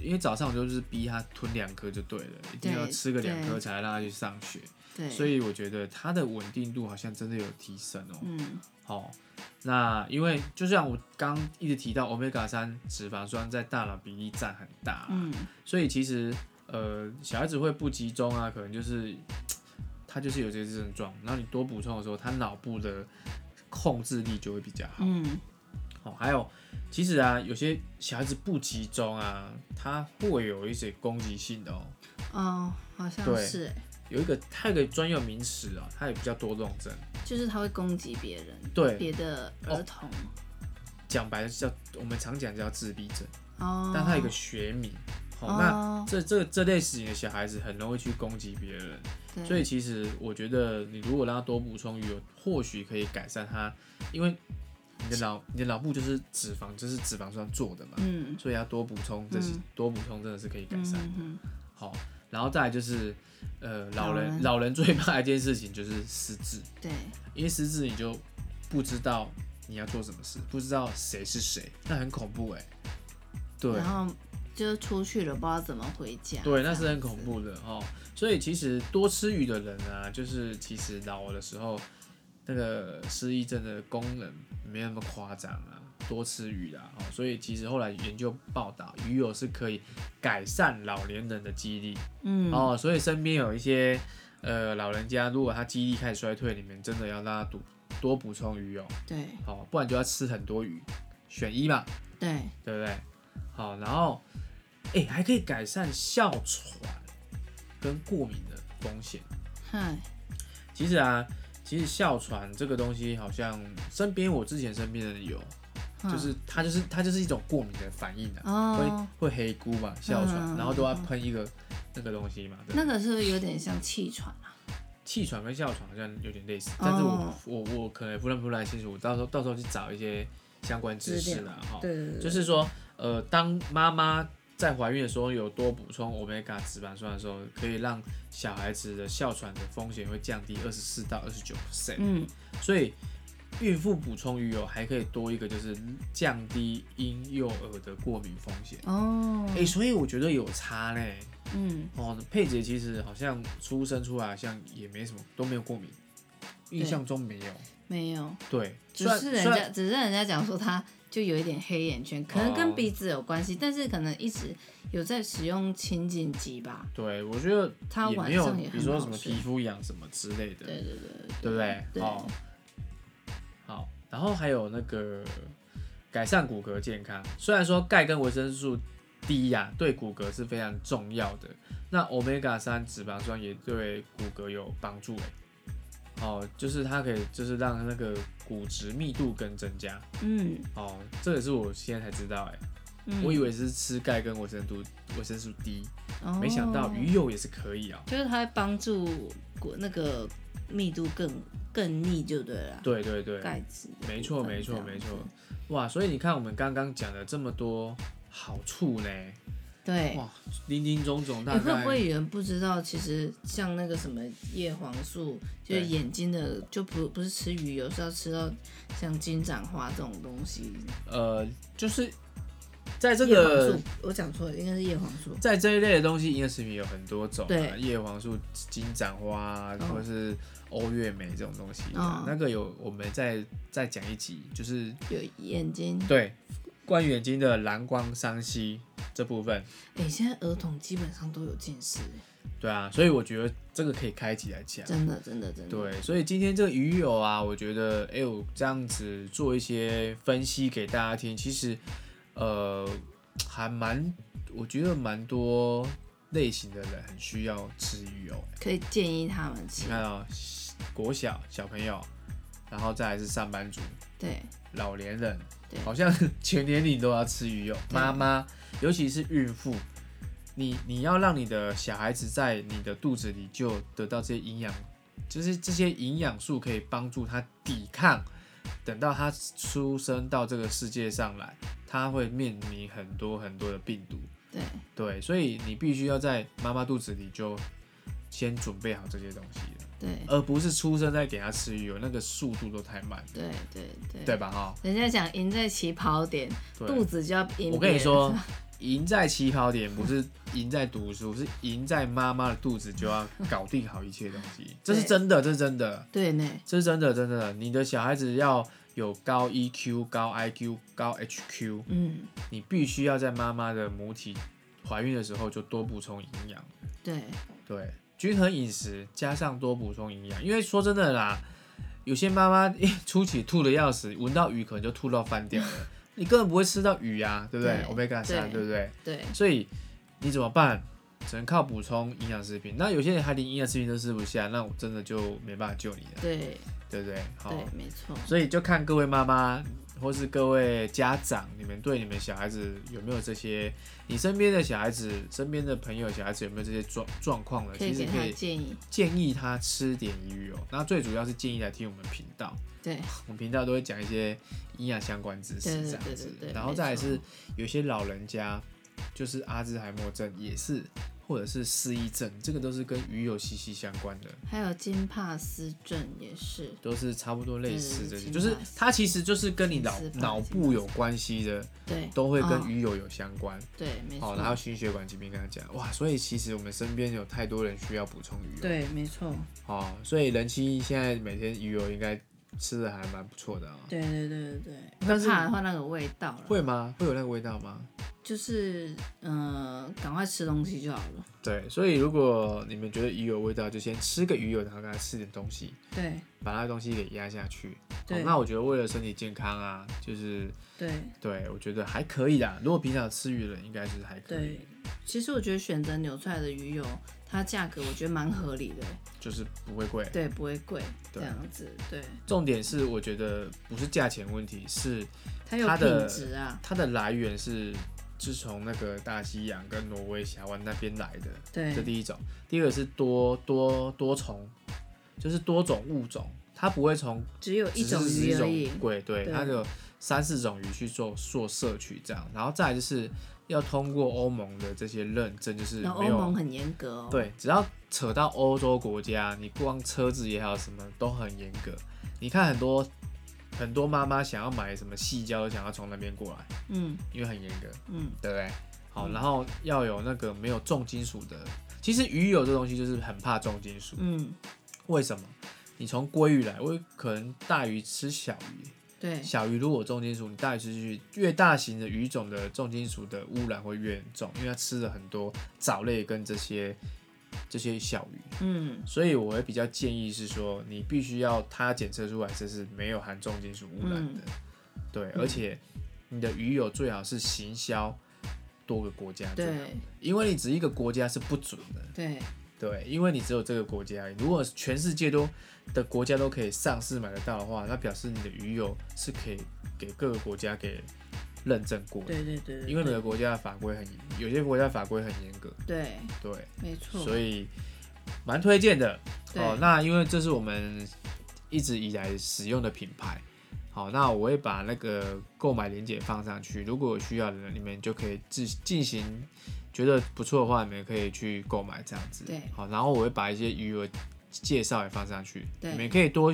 [SPEAKER 1] 因为早上我就是逼他吞两颗就对了，一定要
[SPEAKER 2] 对
[SPEAKER 1] 吃个两颗
[SPEAKER 2] 对
[SPEAKER 1] 才让他去上学，
[SPEAKER 2] 对，
[SPEAKER 1] 所以我觉得他的稳定度好像真的有提升哦。
[SPEAKER 2] 嗯
[SPEAKER 1] 好、那因为就像我刚一直提到，omega 三脂肪酸在大脑比例占很大啊、
[SPEAKER 2] 嗯
[SPEAKER 1] 所以其实呃，小孩子会不集中啊，可能就是他就是有这些症状，然后你多补充的时候，他脑部的控制力就会比较好。
[SPEAKER 2] 嗯
[SPEAKER 1] 哦，还有，其实啊，有些小孩子不集中啊，他会有一些攻击性的哦。
[SPEAKER 2] 哦，好像
[SPEAKER 1] 对
[SPEAKER 2] 是欸，
[SPEAKER 1] 有一个，它有一个专有名词啊，它也比较多动症。
[SPEAKER 2] 就是他会攻击别人，
[SPEAKER 1] 对，
[SPEAKER 2] 别的儿童，
[SPEAKER 1] 讲白了是叫我们常讲叫自闭症，
[SPEAKER 2] 哦，
[SPEAKER 1] 但它有一个学名。好、哦，那
[SPEAKER 2] 哦，
[SPEAKER 1] 这这这类型的小孩子很容易去攻击别人，
[SPEAKER 2] 对
[SPEAKER 1] 所以其实我觉得你如果让他多补充鱼油，或许可以改善他，因为你的脑你的脑部就是脂肪，就是脂肪酸做的嘛，
[SPEAKER 2] 嗯
[SPEAKER 1] 所以要多补充，这是、
[SPEAKER 2] 嗯
[SPEAKER 1] 多补充真的是可以改善。
[SPEAKER 2] 嗯
[SPEAKER 1] 好，然后再来就是，呃，老人
[SPEAKER 2] 老
[SPEAKER 1] 老人最怕一件事情就是失智，
[SPEAKER 2] 嗯对，
[SPEAKER 1] 因为失智你就不知道你要做什么事，不知道谁是谁，那很恐怖哎、对
[SPEAKER 2] 然后就出去了，不知道怎么回家，
[SPEAKER 1] 对，
[SPEAKER 2] 这
[SPEAKER 1] 那是
[SPEAKER 2] 样
[SPEAKER 1] 很恐
[SPEAKER 2] 子，
[SPEAKER 1] 怖的哦。所以其实多吃鱼的人啊，就是其实老的时候那个失忆症的功能没有那么夸张啊。多吃鱼啦，哦，所以其实后来研究报道，鱼油是可以改善老年人的记忆力，
[SPEAKER 2] 嗯
[SPEAKER 1] 哦，所以身边有一些呃老人家，如果他记忆力开始衰退，你们真的要让他多多补充鱼油，
[SPEAKER 2] 对
[SPEAKER 1] 好、不然就要吃很多鱼，选一嘛，
[SPEAKER 2] 对，
[SPEAKER 1] 对不对？好，然后哎、诶还可以改善哮喘跟过敏的风险。
[SPEAKER 2] 嗨，
[SPEAKER 1] 其实啊，其实哮喘这个东西，好像身边我之前身边的人有，
[SPEAKER 2] 嗯
[SPEAKER 1] 就是它就是它就是一种过敏的反应啊，
[SPEAKER 2] 哦，
[SPEAKER 1] 会会黑菇嘛，哮喘，
[SPEAKER 2] 嗯
[SPEAKER 1] 然后都要喷一个那个东西嘛，对不对
[SPEAKER 2] 那个是不是有点像气喘啊，
[SPEAKER 1] 气喘跟哮喘好像有点类似，但是我、
[SPEAKER 2] 哦
[SPEAKER 1] 我我可能也不认不太清楚，我到时候到时候去找一些相关知识啦，哈。
[SPEAKER 2] 对对对，
[SPEAKER 1] 就是说，呃，当妈妈在怀孕的时候有多补充 omega 脂肪酸的时候，可以让小孩子的哮喘的风险会降低二十四到二十九 percent，
[SPEAKER 2] 嗯
[SPEAKER 1] 所以孕妇补充鱼油还可以多一个就是降低婴幼儿的过敏风险。
[SPEAKER 2] 哦，
[SPEAKER 1] 哎、所以我觉得有差嘞。
[SPEAKER 2] 嗯
[SPEAKER 1] 哦，佩姐其实好像出生出来好像也没什么，都没有过敏，印象中没有。
[SPEAKER 2] 没有。
[SPEAKER 1] 对，
[SPEAKER 2] 只
[SPEAKER 1] 虽
[SPEAKER 2] 是
[SPEAKER 1] 然
[SPEAKER 2] 人
[SPEAKER 1] 虽
[SPEAKER 2] 家，
[SPEAKER 1] 然
[SPEAKER 2] 只是人家讲说他就有一点黑眼圈，可能跟鼻子有关系，但是可能一直有在使用清净剂吧。
[SPEAKER 1] 对我觉得
[SPEAKER 2] 他
[SPEAKER 1] 也
[SPEAKER 2] 晚
[SPEAKER 1] 没有，
[SPEAKER 2] 上也
[SPEAKER 1] 比如说
[SPEAKER 2] 很
[SPEAKER 1] 什
[SPEAKER 2] 好
[SPEAKER 1] 么
[SPEAKER 2] 睡
[SPEAKER 1] 皮肤痒什么之类的，
[SPEAKER 2] 对对对，
[SPEAKER 1] 对不对？
[SPEAKER 2] 对
[SPEAKER 1] 哦，好，然后还有那个改善骨骼健康，虽然说钙跟维生素 D 呀、对骨骼是非常重要的，那 omega 三脂肪酸也对骨骼有帮助哎。哦，就是它可以就是让那个骨质密度更增加
[SPEAKER 2] 嗯
[SPEAKER 1] 哦，这也是我现在才知道哎、
[SPEAKER 2] 嗯，
[SPEAKER 1] 我以为是吃钙跟维生素维生素 D，
[SPEAKER 2] 哦
[SPEAKER 1] 没想到鱼油也是可以啊、
[SPEAKER 2] 就是它会帮助骨那个密度更更密就对了啦，
[SPEAKER 1] 对对对，
[SPEAKER 2] 钙质的部分
[SPEAKER 1] 没错没错
[SPEAKER 2] 这样子
[SPEAKER 1] 没错，哇！所以你看我们刚刚讲了这么多好处呢，
[SPEAKER 2] 对。
[SPEAKER 1] 哇，林林总总大
[SPEAKER 2] 你会
[SPEAKER 1] 概
[SPEAKER 2] 不会有人不知道？其实像那个什么叶黄素，就是
[SPEAKER 1] 对
[SPEAKER 2] 眼睛的，就不不是吃鱼油，是要吃到像金盏花这种东西。
[SPEAKER 1] 呃，就是在这
[SPEAKER 2] 叶黄
[SPEAKER 1] 个
[SPEAKER 2] 素，我讲错了，应该是叶黄素。
[SPEAKER 1] 在这一类的东西，营养食品有很多种、啊，
[SPEAKER 2] 对
[SPEAKER 1] 叶黄素、金盏花、啊，
[SPEAKER 2] 哦
[SPEAKER 1] 或者是欧月美这种东西、啊
[SPEAKER 2] 哦
[SPEAKER 1] 那个有我们再再讲一集，就是
[SPEAKER 2] 有眼睛，
[SPEAKER 1] 对关于眼睛的蓝光伤息这部分，
[SPEAKER 2] 哎、现在儿童基本上都有近视，
[SPEAKER 1] 对啊，所以我觉得这个可以开一集来讲。
[SPEAKER 2] 真的，真的，真的。
[SPEAKER 1] 对，所以今天这个鱼友啊，我觉得，哎、我这样子做一些分析给大家听，其实，呃，还蛮，我觉得蛮多类型的人很需要吃鱼油、
[SPEAKER 2] 可以建议他们吃
[SPEAKER 1] 你。看哦，国小小朋友，然后再来是上班族、
[SPEAKER 2] 对，
[SPEAKER 1] 老年人
[SPEAKER 2] 对，
[SPEAKER 1] 好像 全年龄都要吃鱼油。
[SPEAKER 2] 对
[SPEAKER 1] 妈妈，尤其是孕妇，你你要让你的小孩子在你的肚子里就得到这些营养，就是这些营养素可以帮助他抵抗，等到他出生到这个世界上来，他会面临很多很多的病毒。
[SPEAKER 2] 对，
[SPEAKER 1] 对，所以你必须要在妈妈肚子里就先准备好这些东西了。
[SPEAKER 2] 对，
[SPEAKER 1] 而不是出生再给他吃鱼油，那个速度都太慢了，
[SPEAKER 2] 对，对，对。
[SPEAKER 1] 对吧？哈，
[SPEAKER 2] 人家讲赢在起跑点，
[SPEAKER 1] 对
[SPEAKER 2] 肚子就要赢别人。
[SPEAKER 1] 我跟你说，赢在起跑点不是赢在读书，是赢在妈妈的肚子就要搞定好一切东西，这是真的，这是真的，
[SPEAKER 2] 对呢，
[SPEAKER 1] 这是真的，真的。你的小孩子要有高 EQ、高 IQ、高 HQ，
[SPEAKER 2] 嗯，
[SPEAKER 1] 你必须要在妈妈的母体怀孕的时候就多补充营养。
[SPEAKER 2] 对，
[SPEAKER 1] 对，均衡饮食加上多补充营养，因为说真的啦，有些妈妈一初期吐的要死，闻到鱼可能就吐到翻掉了，你根本不会吃到鱼啊，对不对
[SPEAKER 2] 对
[SPEAKER 1] ？omega 三，
[SPEAKER 2] 对
[SPEAKER 1] 对不对？
[SPEAKER 2] 对，
[SPEAKER 1] 所以你怎么办？只能靠补充营养食品。那有些人还连营养食品都吃不下，那我真的就没办法救你了，
[SPEAKER 2] 对，
[SPEAKER 1] 对不对？好，
[SPEAKER 2] 对，没错。
[SPEAKER 1] 所以就看各位妈妈或是各位家长，你们对你们小孩子有没有这些，你身边的小孩子、身边的朋友小孩子有没有这些状状况呢？
[SPEAKER 2] 可以
[SPEAKER 1] 其实
[SPEAKER 2] 给
[SPEAKER 1] 可
[SPEAKER 2] 他
[SPEAKER 1] 以
[SPEAKER 2] 建议，
[SPEAKER 1] 建议他吃点鱼油，那最主要是建议来听我们频道，
[SPEAKER 2] 对
[SPEAKER 1] 我们频道都会讲一些营养相关知识
[SPEAKER 2] 对对
[SPEAKER 1] 这样
[SPEAKER 2] 对
[SPEAKER 1] 子
[SPEAKER 2] 对，对
[SPEAKER 1] 然后
[SPEAKER 2] 没
[SPEAKER 1] 再来
[SPEAKER 2] 错
[SPEAKER 1] 是有些老人家就是阿兹海默症也是，或者是失忆症，这个都是跟鱼油息息相关的。
[SPEAKER 2] 还有金帕斯症也是，
[SPEAKER 1] 都是差不多类似这些，
[SPEAKER 2] 嗯
[SPEAKER 1] 就是它其实就是跟你脑
[SPEAKER 2] 青丝
[SPEAKER 1] 脑部有关系的，
[SPEAKER 2] 对，
[SPEAKER 1] 都会跟
[SPEAKER 2] 哦
[SPEAKER 1] 鱼油有相关。
[SPEAKER 2] 对，没
[SPEAKER 1] 哦，然后
[SPEAKER 2] 错，
[SPEAKER 1] 心血管疾病，刚刚讲哇，所以其实我们身边有太多人需要补充鱼油。
[SPEAKER 2] 对，没错，
[SPEAKER 1] 哦，所以人妻现在每天鱼油应该吃的还蛮不错的啊、
[SPEAKER 2] 对对对对对。
[SPEAKER 1] 但是
[SPEAKER 2] 怕的话，那个味道了，
[SPEAKER 1] 会吗？会有那个味道吗？
[SPEAKER 2] 就是嗯，赶、快吃东西就好了。
[SPEAKER 1] 对，所以如果你们觉得鱼油味道，就先吃个鱼油，然后给它吃点东西，
[SPEAKER 2] 对
[SPEAKER 1] 把它的东西给压下去。哦
[SPEAKER 2] 对，
[SPEAKER 1] 那我觉得为了身体健康啊，就是
[SPEAKER 2] 对
[SPEAKER 1] 对，我觉得还可以啦。如果平常吃鱼的，应该是还可以
[SPEAKER 2] 对，。其实我觉得选择纽出来的鱼油，它价格我觉得蛮合理的，
[SPEAKER 1] 就是不会贵。
[SPEAKER 2] 对，不会贵这
[SPEAKER 1] 对
[SPEAKER 2] 样子。对，
[SPEAKER 1] 重点是，我觉得不是价钱问题，是
[SPEAKER 2] 它有
[SPEAKER 1] 它的
[SPEAKER 2] 品质啊，
[SPEAKER 1] 它的来源是是从那个大西洋跟挪威峡湾那边来的，
[SPEAKER 2] 对
[SPEAKER 1] 这第一种。第二个是多多多重，就是多种物种，它不会从
[SPEAKER 2] 只有一
[SPEAKER 1] 只是
[SPEAKER 2] 种
[SPEAKER 1] 只是
[SPEAKER 2] 鱼
[SPEAKER 1] 一
[SPEAKER 2] 而已
[SPEAKER 1] 种。贵，对，
[SPEAKER 2] 对
[SPEAKER 1] 它有三四种鱼去做做摄取这样，然后再来就是要通过欧盟的这些认证，就是
[SPEAKER 2] 然后
[SPEAKER 1] 没
[SPEAKER 2] 欧
[SPEAKER 1] 有
[SPEAKER 2] 盟很严格哦，
[SPEAKER 1] 对，只要扯到欧洲国家，你光车子也好，什么都很严格。你看很多很多妈妈想要买什么细胶，想要从那边过来，
[SPEAKER 2] 嗯
[SPEAKER 1] 因为很严格，
[SPEAKER 2] 嗯，
[SPEAKER 1] 对不对？好，然后要有那个没有重金属的。其实鱼油这东西就是很怕重金属，
[SPEAKER 2] 嗯，
[SPEAKER 1] 为什么？你从鲑鱼来，我可能大鱼吃小鱼，
[SPEAKER 2] 对
[SPEAKER 1] 小鱼如果有重金属，你大鱼吃进去，越大型的鱼种的重金属的污染会越严重，因为它吃了很多藻类跟这些这些小鱼。
[SPEAKER 2] 嗯
[SPEAKER 1] 所以我会比较建议是说，你必须要它检测出来这是没有含重金属污染的，对，而且你的鱼友最好是行销多个国家，最好，
[SPEAKER 2] 对
[SPEAKER 1] 因为你只一个国家是不准的，
[SPEAKER 2] 对
[SPEAKER 1] 对，因为你只有这个国家而已，如果全世界都的国家都可以上市买得到的话，那表示你的鱼油是可以给各个国家给认证过的，
[SPEAKER 2] 对对对对，
[SPEAKER 1] 因为每个国家的法规很，有些国家法规很严格，
[SPEAKER 2] 对，
[SPEAKER 1] 对，
[SPEAKER 2] 没错，
[SPEAKER 1] 所以蛮推荐的
[SPEAKER 2] 对
[SPEAKER 1] 哦。那因为这是我们一直以来使用的品牌，好，那我会把那个购买链接放上去，如果有需要的人，你们就可以自进行。觉得不错的话，你们可以去购买这样子。
[SPEAKER 2] 对
[SPEAKER 1] 好，然后我会把一些余额介绍也放上去，
[SPEAKER 2] 对
[SPEAKER 1] 你们可以多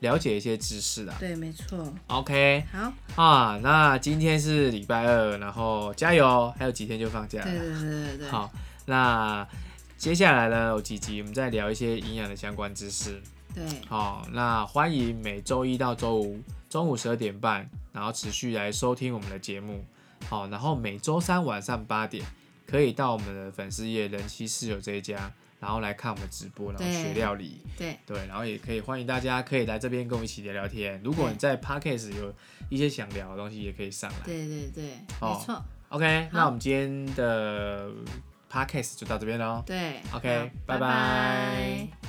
[SPEAKER 1] 了解一些知识啦。
[SPEAKER 2] 对，没错。
[SPEAKER 1] OK
[SPEAKER 2] 好，
[SPEAKER 1] 啊，那今天是礼拜二，然后加油，还有几天就放假了。
[SPEAKER 2] 对对对对对，
[SPEAKER 1] 好，那接下来呢有几集我们再聊一些营养的相关知识。
[SPEAKER 2] 对，
[SPEAKER 1] 好，那欢迎每周一到周五中午十二点半，然后持续来收听我们的节目。好，然后每周三晚上八点可以到我们的粉丝页“人妻室友”这一家，然后来看我们直播，然后
[SPEAKER 2] 对
[SPEAKER 1] 学料理。
[SPEAKER 2] 对，
[SPEAKER 1] 对，然后也可以欢迎大家可以来这边跟我们一起聊聊天。如果你在 podcast 有一些想聊的东西，也可以上来。
[SPEAKER 2] 对对对，
[SPEAKER 1] 哦
[SPEAKER 2] 没错，
[SPEAKER 1] OK，那我们今天的 podcast 就到这边喽。
[SPEAKER 2] 对。
[SPEAKER 1] OK，
[SPEAKER 2] 好
[SPEAKER 1] 拜拜
[SPEAKER 2] 拜